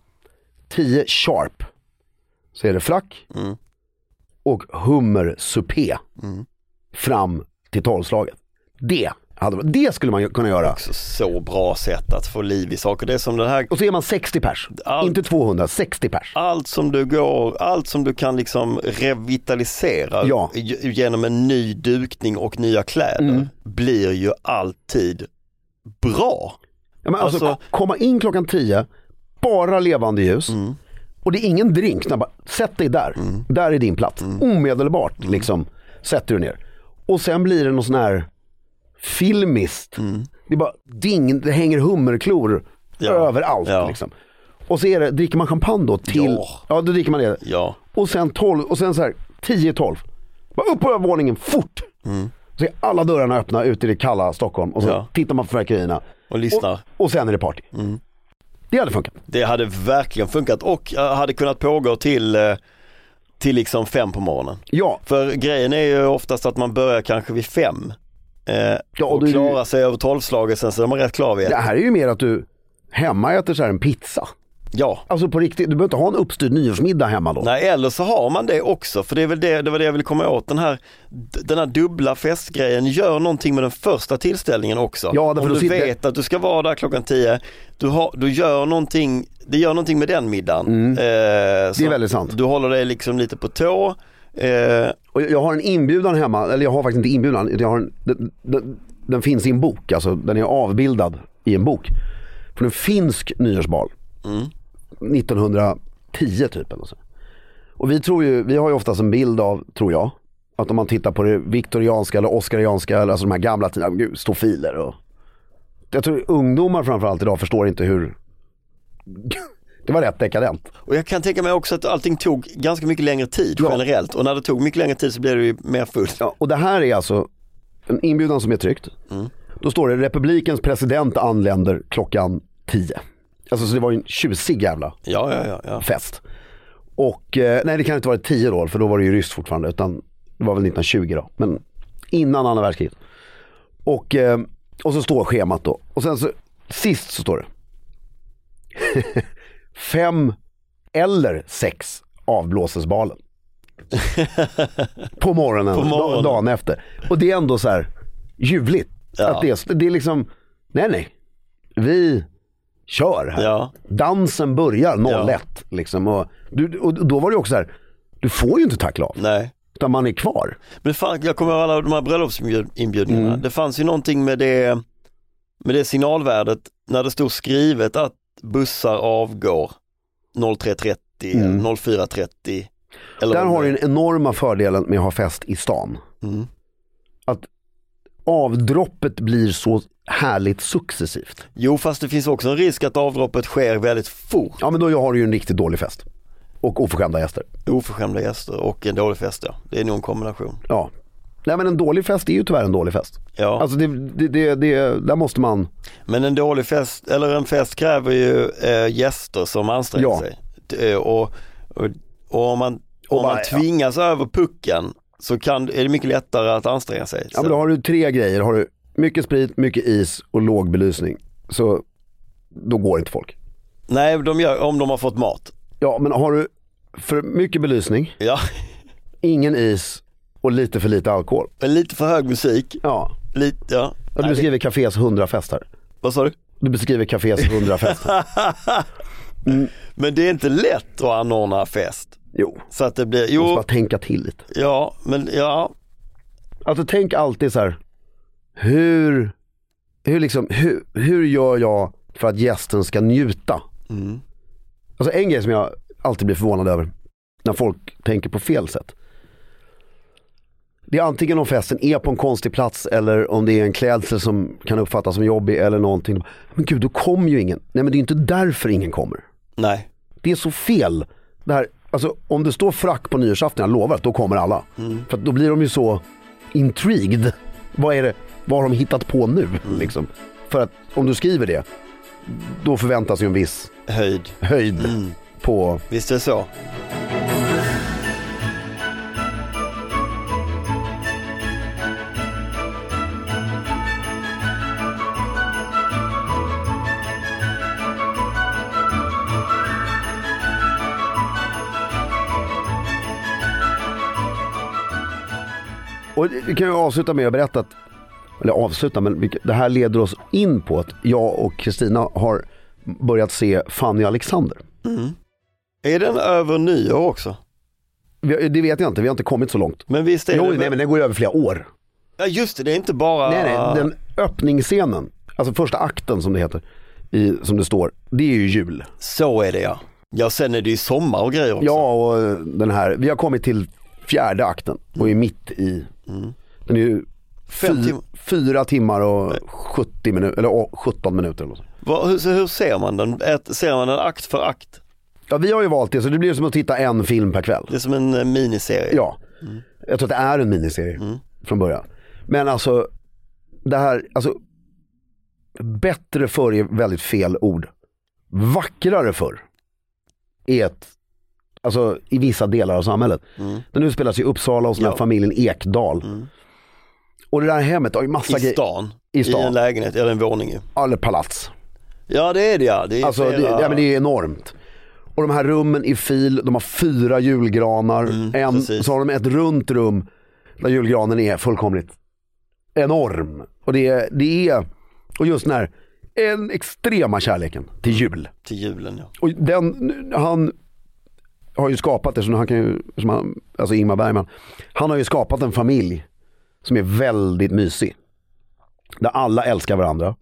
S1: Tio sharp. Så är det frack
S2: Mm.
S1: och hummersuppé fram till tolvslaget. Det, hade, det skulle man ju kunna göra.
S2: Så, så bra sätt att få liv i saker. Det är som den här,
S1: Och så är man 60 pers,
S2: Allt.
S1: inte 200, 60 pers.
S2: allt som du går, allt som du kan liksom revitalisera
S1: Ja. Mm.
S2: ge- genom en ny dukning och nya kläder blir ju alltid bra.
S1: Ja, men alltså,
S2: Alltså-
S1: komma in klockan 10, bara levande ljus.
S2: Mm.
S1: Och det är ingen drink, när bara, sätt dig där. Där är din plats.
S2: Mm.
S1: Omedelbart liksom, sätter du ner. Och sen blir det någon sån här filmiskt. Det är bara ding, det hänger hummerklor
S2: Mm. Ja.
S1: överallt.
S2: Ja.
S1: Liksom. Och så är det, dricker man champagne då till,
S2: Ja.
S1: ja, då dricker man det.
S2: Ja,
S1: Och sen 12, och sen så här 10-12. Bara upp på övervåningen, fort! Så är alla dörrarna öppna ute i det kalla Stockholm och så
S2: Mm. Ja.
S1: tittar man på fyrverkerierna.
S2: och lyssnar.
S1: Och, och sen är det party. Det hade funkat.
S2: Det hade verkligen funkat och eh, hade kunnat pågå till, eh, till liksom fem på morgonen.
S1: Ja,
S2: För grejen är ju oftast att man börjar kanske vid fem eh,
S1: Ja, och
S2: och
S1: du-
S2: klarar sig över tolvslaget sen så är man rätt klar vid ett.
S1: det här är ju mer att du hemma äter så här en pizza.
S2: Ja.
S1: Alltså på riktigt, du behöver inte ha en uppstyrd nyårsmiddag hemma då.
S2: Nej, eller så har man det också, för det, är väl det, det var det jag ville komma åt, den här, d- den här dubbla festgrejen, gör någonting med den första tillställningen också.
S1: Ja, därför
S2: Om
S1: då
S2: du
S1: sitter-
S2: vet att du ska vara där klockan tio, du, har, du gör någonting, det gör någonting med den middagen. Eh, det
S1: Mm. är väldigt sant.
S2: Du håller dig liksom lite på tå, eh,
S1: Och jag- jag har en inbjudan hemma, eller jag har faktiskt inte inbjudan, utan jag har en, den, den, den finns i en bok, alltså den är avbildad i en bok. Från en finsk nyårsbal. 1910 typ. Eller så. Och vi tror ju, vi har ju oftast en bild av, tror jag, Att om man tittar på det viktorianska eller oskarianska, eller alltså de här gamla tiderna, gud, stofiler och... Jag tror ungdomar framförallt idag förstår inte hur... det var rätt dekadent.
S2: Och jag kan tänka mig också att allting tog ganska mycket längre tid
S1: Ja.
S2: generellt och när det tog mycket längre tid så blev det ju mer fullt.
S1: Ja, och det här är alltså en inbjudan som är tryckt. Då står det republikens president anländer klockan 10. Alltså så det var ju en tjusig jävla
S2: Ja, ja, ja. ja.
S1: fest. Och eh, nej det kan inte vara 10 då, för då var det ju ryss fortfarande. Utan det var väl 1920 då. Men innan andra världskriget. Och, eh, och så står schemat då. Och sen så sist så står det. Fem eller sex avblåses balen. På morgonen,
S2: På morgonen.
S1: da- dagen efter. Och det är ändå så här ljuvligt.
S2: Ja.
S1: Att det, är, det är liksom, nej nej. Vi kör här.
S2: Ja.
S1: Dansen börjar 01. Liksom, och, du, och då var det också så här, du får ju inte tackla av,
S2: Nej.
S1: utan man är kvar.
S2: Men fan, jag kommer ihåg alla de här bröllopsinbjudningarna.
S1: Mm.
S2: Det fanns ju någonting med det, med det signalvärdet när det stod skrivet att bussar avgår 03.30 eller 04.30. Eller
S1: Mm. Där
S2: vad
S1: har
S2: det
S1: du
S2: är.
S1: den enorma fördelen med att ha fest i stan.
S2: Mm.
S1: Att avdroppet blir så härligt successivt.
S2: Jo, fast det finns också en risk att avdroppet sker väldigt fort.
S1: Ja men då har du ju en riktigt dålig fest. Och oförskämda gäster.
S2: Oförskämda gäster och en dålig fest, ja. Det är nog en kombination.
S1: Ja. Nej men en dålig fest är ju tyvärr en dålig fest.
S2: Ja.
S1: Alltså det, det, det, det, där måste man,
S2: Men en dålig fest, eller en fest kräver ju eh, gäster som anstränger
S1: Ja.
S2: sig. T- eh, Och, och, och om man, om
S1: bara,
S2: man
S1: ja.
S2: tvingas över pucken så kan, är det mycket lättare att anstränga sig.
S1: ja men då har du tre grejer. Har du mycket sprit, mycket is och låg belysning. Så då går inte folk.
S2: Nej, de gör, om de har fått mat.
S1: Ja, men har du för mycket belysning,
S2: Ja.
S1: ingen is och lite för lite alkohol?
S2: Men lite för hög musik.
S1: Ja,
S2: Lite, ja.
S1: och du
S2: Nej,
S1: beskriver kafés 100 fester.
S2: vad sa du?
S1: Du beskriver kafés 100 fester.
S2: Men det är inte lätt att anordna fest.
S1: Jo,
S2: Så att det blir,
S1: måste bara
S2: jo,
S1: tänka till lite.
S2: ja, men ja,
S1: Alltså tänk alltid så här, hur, hur, liksom, hur, hur gör jag för att gästen ska njuta? Alltså en grej som jag alltid blir förvånad över, när folk tänker på fel sätt. Det är antingen om festen är på en konstig plats eller om det är en klädsel som kan uppfattas som jobbig eller någonting. Men gud, då kommer ju ingen. Nej men det är ju inte därför ingen kommer.
S2: nej.
S1: Det är så fel. Det här, alltså, om det står frack på nyårsafton, jag lovar att då kommer alla. För att då blir de ju så intrigued. Vad är det, vad har de hittat på nu? Liksom. För att om du skriver det, då förväntas ju en viss
S2: Höjd,
S1: höjd på...
S2: visst är det så.
S1: Och det kan jag avsluta med att berätta att, eller avsluta, men vilket- det här leder oss in på att jag och Kristina har börjat se Fanny och Alexander.
S2: Är den över nyår också?
S1: Vi, det vet jag inte, vi har inte kommit så långt.
S2: Men visst är
S1: Jo,
S2: det?
S1: nej, men den går ju över flera år.
S2: Ja just det, det är inte bara...
S1: Nej, nej, den öppningsscenen, alltså första akten som det heter, i, som det står, det är ju jul.
S2: Så är det ja. Ja sen är det ju sommar och grejer också.
S1: Ja, och eh, den här, vi har kommit till fjärde akten och är mitt i, den är ju
S2: Mm. Fem
S1: fy,
S2: timmar.
S1: fyra timmar och 70 minuter, eller åh, 17 minuter eller något sånt.
S2: Vad- hur, så hur ser man den? Ett, ser man den akt för akt?
S1: Ja, vi har ju valt det, så det blir ju som att titta en film per kväll.
S2: Det är som en eh, miniserie.
S1: Ja,
S2: Mm.
S1: jag tror att det är en miniserie från början. Men alltså, det här, alltså, bättre förr är väldigt fel ord. Vackrare förr är ett, alltså i vissa delar av samhället. Den utspelas i Uppsala hos den här
S2: Mm. Ja. Mm.
S1: familjen Ekdal. Och det där hemmet har ju massa
S2: I
S1: grejer,
S2: stan.
S1: I stan.
S2: en lägenhet eller en våning ju.
S1: eller palats.
S2: Ja det är det ja. Det är
S1: Alltså, det,
S2: flera-
S1: ja, men det är enormt. Och de här rummen i fil, de har fyra julgranar. en,
S2: Mm, precis.
S1: så har de ett runt rum där julgranen är fullkomligt enorm. Och det, är- det är, och just den här en extrema kärleken till jul.
S2: Till julen ja.
S1: Och den, han har ju skapat det, så han kan ju, som han, alltså Ingmar Bergman, han har ju skapat en familj som är väldigt mysig. Där alla älskar varandra,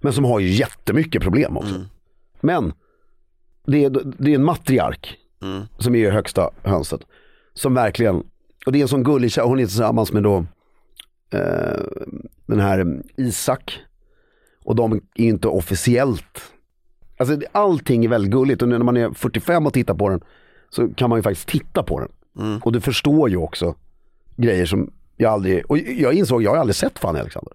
S1: men som har ju jättemycket problem också. Men det är, det är en matriark som är ju högsta hönset. Som verkligen, Och det är en sån gullig tjej, hon är tillsammans med då eh, den här Isak. Och de är ju inte officiellt. Alltså det- allting är väldigt gulligt och när man är 45 och tittar på den så kan man ju faktiskt titta på den. Och du förstår ju också grejer som jag aldrig, och jag insåg, jag har aldrig sett Fanny Alexander.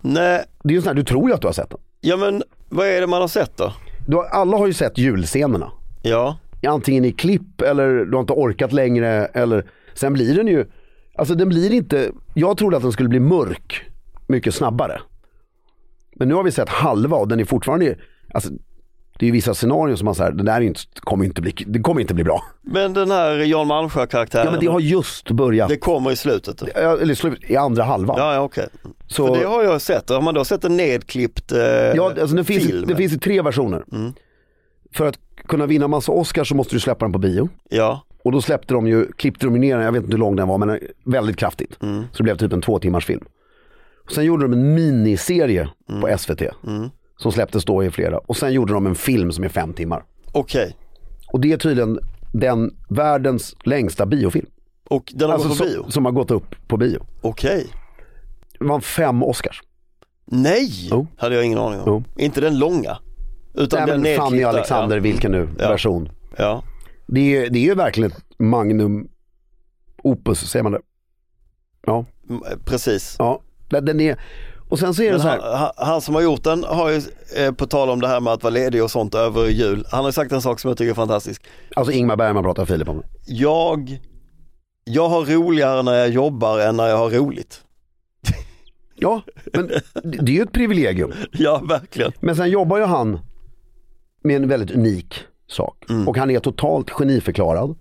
S2: Nej,
S1: Det är ju sån här, du tror ju att du har sett den.
S2: ja men vad är det man har sett då?
S1: Du har, alla har ju sett julscenerna.
S2: Ja,
S1: antingen i klipp eller du har inte orkat längre. Eller... Sen blir den ju, alltså den blir inte, jag trodde att den skulle bli mörk mycket snabbare. Men nu har vi sett halva och den är fortfarande, alltså, det är ju vissa scenarion som man säger, det där är ju inte, kommer, inte bli, det kommer inte bli bra.
S2: men den här Jan Malmsjö karaktären,
S1: Ja men det har just börjat,
S2: det kommer i slutet. då.
S1: Ja, eller slut, i andra halvan.
S2: Ja, ja okej.
S1: Så-
S2: För det har jag sett, har man då sett en nedklippt eh,
S1: Ja, alltså det, finns,
S2: film?
S1: det finns ju tre versioner. För att kunna vinna massa Oscars så måste du släppa den på bio.
S2: Ja,
S1: Och då släppte de ju, klippte de ju ner den, jag vet inte hur lång den var, men väldigt kraftigt.
S2: Mm.
S1: Så det blev typ en två timmars film. Sen gjorde de en miniserie
S2: Mm.
S1: på SVT. Som släpptes då i flera. Och sen gjorde de en film som är fem timmar.
S2: okej.
S1: Och det är tydligen den världens längsta biofilm. Alltså,
S2: Och den har gått på
S1: som,
S2: bio?
S1: som har gått upp på bio.
S2: Okej.
S1: Det var fem Oscars.
S2: Nej,
S1: Jo.
S2: hade jag ingen aning om.
S1: Jo.
S2: Inte den långa. Utan
S1: Nej,
S2: den
S1: men
S2: nedklippta.
S1: Fanny Alexander,
S2: ja. Mm.
S1: vilken nu,
S2: Ja.
S1: version.
S2: Ja.
S1: Det är, ju- det är ju verkligen ett magnum opus, säger man det? Ja,
S2: Mm, precis.
S1: ja. Den den är, och sen så är det
S2: Men
S1: så här.
S2: han, han, han som har gjort den har ju, eh, på tal om det här med att vara ledig och sånt över jul, han har ju sagt en sak som jag tycker är fantastisk.
S1: Alltså Ingmar Bergman pratar Filip om.
S2: Jag, jag har roligare när jag jobbar än när jag har roligt.
S1: Ja, men det det är ju ett privilegium.
S2: Ja, verkligen.
S1: Men sen jobbar ju han med en väldigt unik sak. Och han är totalt geniförklarad.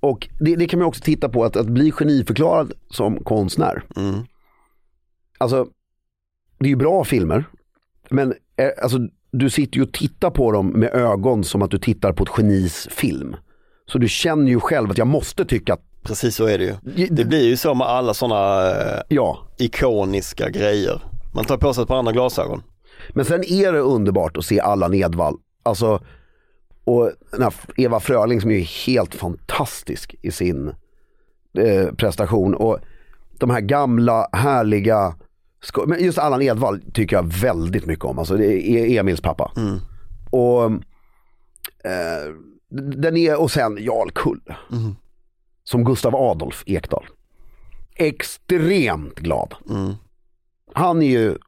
S1: Och det, det kan man ju också titta på, att, att bli geniförklarad som konstnär.
S2: Mm.
S1: Alltså, det är ju bra filmer. Men eh, alltså, du sitter ju och tittar på dem med ögon som att du tittar på ett genis film. Så du känner ju själv att jag måste tycka att,
S2: Precis så är det ju.
S1: Ja,
S2: Det blir ju så med alla sådana eh,
S1: ja.
S2: ikoniska grejer. Man tar på sig ett par andra glasögon.
S1: Men sen är det underbart att se Allan Edwall. Alltså, och den här Eva Fröling som är ju helt fantastisk i sin eh, prestation. Och de här gamla härliga, sko- men just Allan Edwall tycker jag väldigt mycket om. Alltså det är Emils pappa. Och eh, den är, och sen Jarl Kulle. Som Gustav Adolf Ekdal. Extremt glad. Han är ju,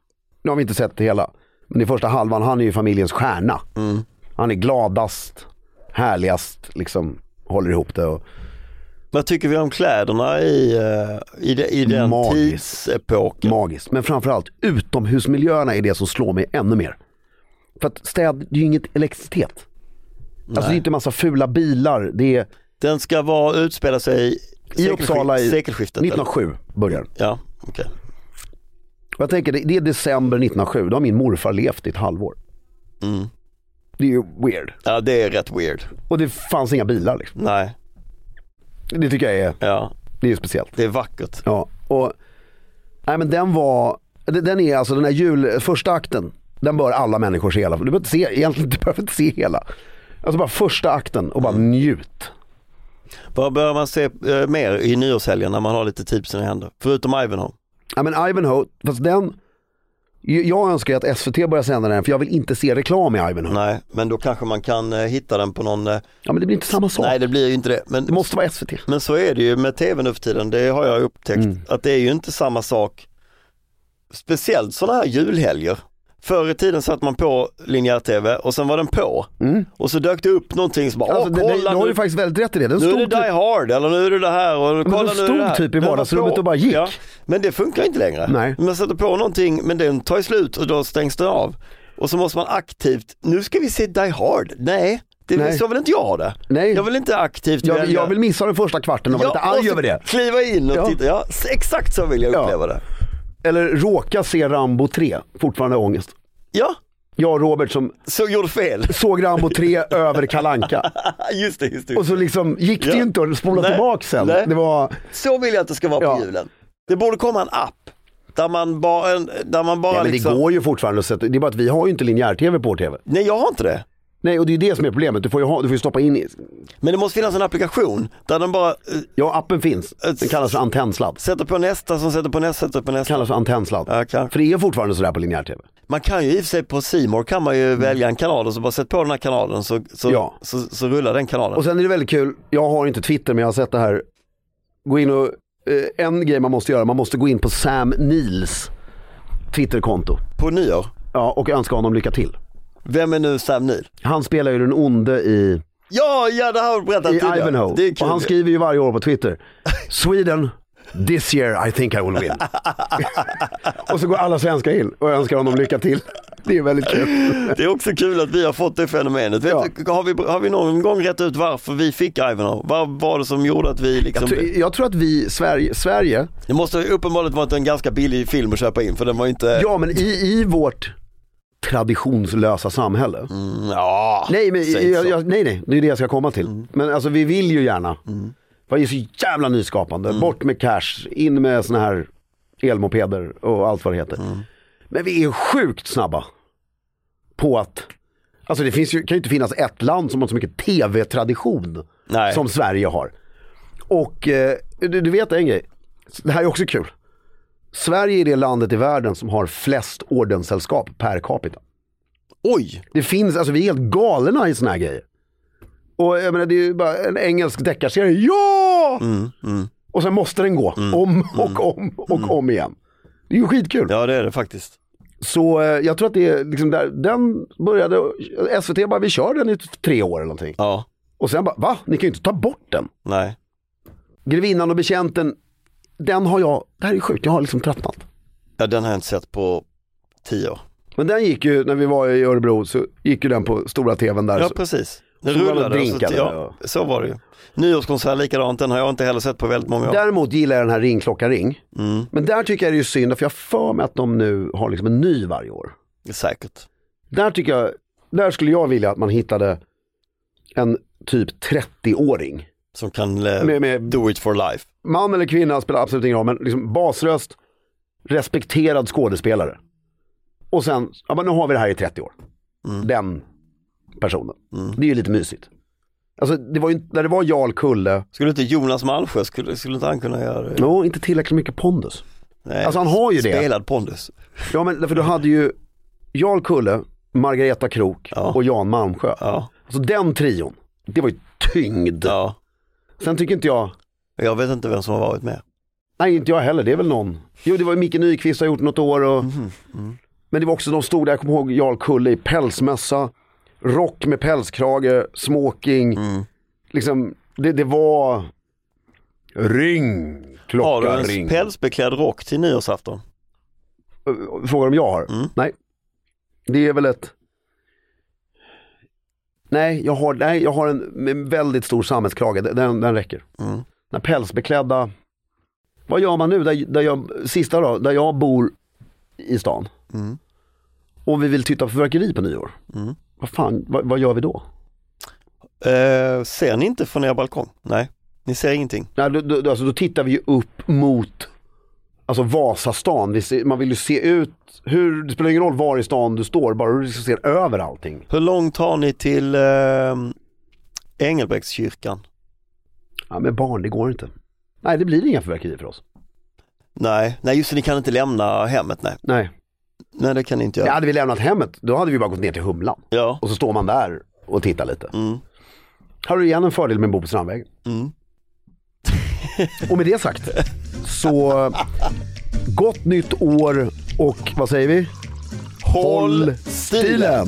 S1: nu har vi inte sett det hela, men i första halvan, han är ju familjens stjärna.
S2: Mm.
S1: Han är gladast, härligast, liksom håller ihop det. Och,
S2: Vad tycker vi om kläderna i, eh, i, de, i den
S1: Magiskt.
S2: tidsepoken?
S1: Magiskt. Men framförallt utomhusmiljöerna är det som slår mig ännu mer. För att städ, det är ju inget elektricitet. Alltså det är inte massa fula bilar. Det är
S2: Den ska vara, utspela sig
S1: i Uppsala i
S2: sekelskiftet. eller?
S1: 1907 börjar den.
S2: Ja, okej.
S1: Och jag tänker det det är december 1907, då har min morfar levt i ett halvår.
S2: Mm.
S1: Det är ju weird.
S2: Ja, det är rätt weird.
S1: Och det fanns inga bilar liksom.
S2: Nej,
S1: Det tycker jag är,
S2: ja,
S1: det är ju speciellt.
S2: det är vackert.
S1: Ja, och nej men den var, den den är alltså den här jul, första akten, den bör alla människor se hela. Du behöver inte se, egentligen du behöver inte se hela. Alltså bara första akten och bara
S2: Mm.
S1: njut.
S2: Vad bör man se eh, mer i nyårshelgen när man har lite tid på sina händer? Förutom Ivanhoe.
S1: Ja men Ivanhoe, fast den, jag önskar ju att SVT börjar sända den för jag vill inte se reklam i Ivanhoe.
S2: Nej, men då kanske man kan eh, hitta den på någon... eh,
S1: Ja men det blir inte samma sak.
S2: Nej, det blir ju inte det. Men,
S1: Det måste vara SVT.
S2: men så är det ju med tv nu för tiden, det har jag upptäckt.
S1: Mm.
S2: Att det är ju inte samma sak. Speciellt sådana här julhelger. Förr i tiden satt man på linjär-tv och sen var den på. Och så dök det upp någonting som bara,
S1: Mm. Alltså,
S2: åh
S1: det, det,
S2: kolla
S1: du har
S2: nu,
S1: ju faktiskt väldigt rätt i det. Den
S2: nu är
S1: stod
S2: det Die
S1: typ,
S2: Hard eller nu är det det här och kolla
S1: den
S2: nu är
S1: stod
S2: det här.
S1: typ i
S2: Den var
S1: vardagsrummet
S2: på.
S1: och bara gick.
S2: Men det funkar inte längre.
S1: Nej.
S2: Man sätter på någonting men den tar ju slut och då stängs den av. Och så måste man aktivt, nu ska vi se Die Hard. Nej, det
S1: Nej.
S2: så vill inte jag ha det.
S1: Nej.
S2: Jag vill inte aktivt
S1: jag,
S2: välja.
S1: jag vill missa den första kvarten och vara lite
S2: och
S1: arg
S2: så
S1: över det.
S2: Kliva in och
S1: Ja.
S2: titta, ja s- exakt så vill jag
S1: Ja.
S2: uppleva det.
S1: Eller råka se Rambo 3, fortfarande ångest.
S2: Ja,
S1: Jag och Robert som
S2: så gjorde fel.
S1: såg Rambo 3 över Kalanka
S2: just det, just det.
S1: Och så liksom gick det
S2: Ja.
S1: ju inte att spola
S2: Nej.
S1: tillbaka sen.
S2: Nej.
S1: Det var,
S2: Så vill jag att det ska vara på
S1: Ja.
S2: julen. Det borde komma en app där man bara, en- där man bara
S1: ja, men det
S2: liksom,
S1: går ju fortfarande att sätta, det är bara att vi har ju inte linjär-tv på vår tv.
S2: nej jag har inte det.
S1: Nej, och det är det som är problemet. Du får ju, ha, du får ju stoppa in, i-
S2: Men det måste finnas en applikation där den bara eh,
S1: ja appen finns. Den kallas för antennsladd.
S2: sätter på nästa som sätter på nästa, sätter på nästa.
S1: Kallas för antennsladd.
S2: Ja, kan.
S1: För det är fortfarande sådär på linjär tv.
S2: Man kan ju i och för sig på Simor kan man ju välja en kanal och så bara sätt på den här kanalen så, så,
S1: Mm. Ja.
S2: så, så rullar den kanalen.
S1: Och sen är det väldigt kul, jag har inte Twitter men jag har sett det här. Gå in och, eh, en grej man måste göra, man måste gå in på Sam Nils Twitterkonto.
S2: På nyår,
S1: Ja, och önska honom lycka till.
S2: vem är nu Sam Neill?
S1: Han spelar ju den onde i,
S2: Ja, ja det här har du berättat
S1: i
S2: tidigare.
S1: Ivanhoe.
S2: Det är kul.
S1: och han skriver ju varje år på Twitter, Sweden, this year I think I will win. och så går alla svenskar in och önskar honom lycka till. Det är väldigt kul.
S2: Det är också kul att vi har fått det fenomenet. Vet
S1: Ja.
S2: du, har, vi, har vi någon gång rätt ut varför vi fick Ivanhoe? Vad var det som gjorde att vi liksom...
S1: Jag tror- Jag tror att vi, Sverige, Sverige
S2: Det måste ju uppenbarligen varit en ganska billig film att köpa in för den var inte...
S1: ja men i, i vårt traditionslösa samhälle,
S2: Mm, ja.
S1: Nej, men,
S2: Säg inte
S1: jag,
S2: så. Mm.
S1: jag, nej, nej, det är det jag ska komma till. Men alltså vi vill ju gärna. Det är så jävla nyskapande.
S2: Mm.
S1: Bort med cash, in med såna här elmopeder och allt vad det heter.
S2: Mm.
S1: Men vi är sjukt snabba på att, alltså det finns ju, kan ju inte finnas ett land som har så mycket tv-tradition
S2: Nej.
S1: som Sverige har. Och eh, du, du vet en grej, det här är också kul. Sverige är det landet i världen som har flest ordenssällskap per capita.
S2: Oj,
S1: Det finns, alltså vi är helt galna i såna här grejer. Och jag menar det är ju bara en engelsk deckarserie, ja!
S2: Mm,
S1: Och sen måste den gå om och om och om igen. Det är ju skitkul.
S2: ja det är det faktiskt.
S1: Så eh, jag tror att det är liksom där, den började, SVT bara vi kör den i tre år eller någonting.
S2: Ja,
S1: Och sen bara, va? Ni kan ju inte ta bort den.
S2: nej.
S1: Grevinnan och betjänten, den har jag, det här är sjukt, jag har liksom tröttnat.
S2: Ja, den har jag inte sett på tio år.
S1: Men den gick ju, när vi var i Örebro så gick ju den på stora tvn där.
S2: Ja,
S1: Så-
S2: precis. Den
S1: så var det
S2: rullade. och Så,
S1: drinkade,
S2: ja, så var det ju. Nyårskonsert likadant, den har jag inte heller sett på väldigt många år.
S1: Däremot gillar jag den här ring klocka ring.
S2: Mm,
S1: Men där tycker jag det är synd, för jag har för mig att de nu har liksom en ny varje år.
S2: säkert.
S1: Där tycker jag, där skulle jag vilja att man hittade en typ 30-åring.
S2: Som kan eh,
S1: Med- med-
S2: do it for life.
S1: Man eller kvinna spelar absolut ingen roll, men liksom basröst, respekterad skådespelare. Och sen, ja men nu har vi det här i 30 år. Den personen. Det är ju lite mysigt. Alltså det var ju, när det var Jarl Kulle,
S2: Skulle inte Jonas Malmsjö, skulle, skulle inte han kunna göra det?
S1: no, inte tillräckligt mycket pondus.
S2: Nej,
S1: Alltså, han har ju det.
S2: Spelad pondus.
S1: Ja men därför du hade ju Jarl Kulle, Margareta Krok
S2: Ja.
S1: och Jan Malmsjö.
S2: Ja,
S1: Alltså den trion, det var ju tyngd.
S2: ja.
S1: Sen tycker inte jag,
S2: Jag vet inte vem som har varit med.
S1: nej inte jag heller, det är väl någon. Jo det var ju Micke Nyqvist har gjort något år och...
S2: Mhm,
S1: Men det var också de stora, jag kommer ihåg Jarl Kulle i pälsmössa, rock med pälskrage, smoking.
S2: Mm.
S1: Liksom, det, det var... Ring, klocka
S2: Har du en
S1: ring.
S2: pälsbeklädd rock till nyårsafton?
S1: Äh, Frågar om jag har?
S2: Mm.
S1: Nej. Det är väl ett... Nej, jag har, nej, jag har en, en väldigt stor sammetskrage. Den, den räcker.
S2: Mm.
S1: Den här pälsbeklädda... Vad gör man nu? Där, där jag, sista då, där jag bor i stan.
S2: Mm.
S1: Och vi vill titta på fyrverkeri på nyår.
S2: Mm.
S1: Vad fan, vad, vad gör vi då?
S2: Eh, ser ni inte från er balkong? Nej, ni ser ingenting.
S1: Nej, då, då, alltså, då tittar vi ju upp mot alltså Vasastan. Vi ser, man vill ju se ut, hur, det spelar ingen roll var i stan du står, bara du liksom ser över allting.
S2: Hur långt har ni till eh, Engelbrektskyrkan?
S1: Ja men barn, det går inte. Nej, det blir inga fyrverkerier för oss.
S2: Nej, nej just det, ni kan inte lämna hemmet, nej.
S1: Nej.
S2: Nej det kan ni inte göra.
S1: Hade vi lämnat hemmet, då hade vi bara gått ner till Humlan.
S2: Ja.
S1: Och så står man där och tittar lite.
S2: Mm.
S1: Här har du igen en fördel med att bo på Strandvägen.
S2: Mm.
S1: Och med det sagt, så gott nytt år och vad säger vi?
S2: Håll stilen!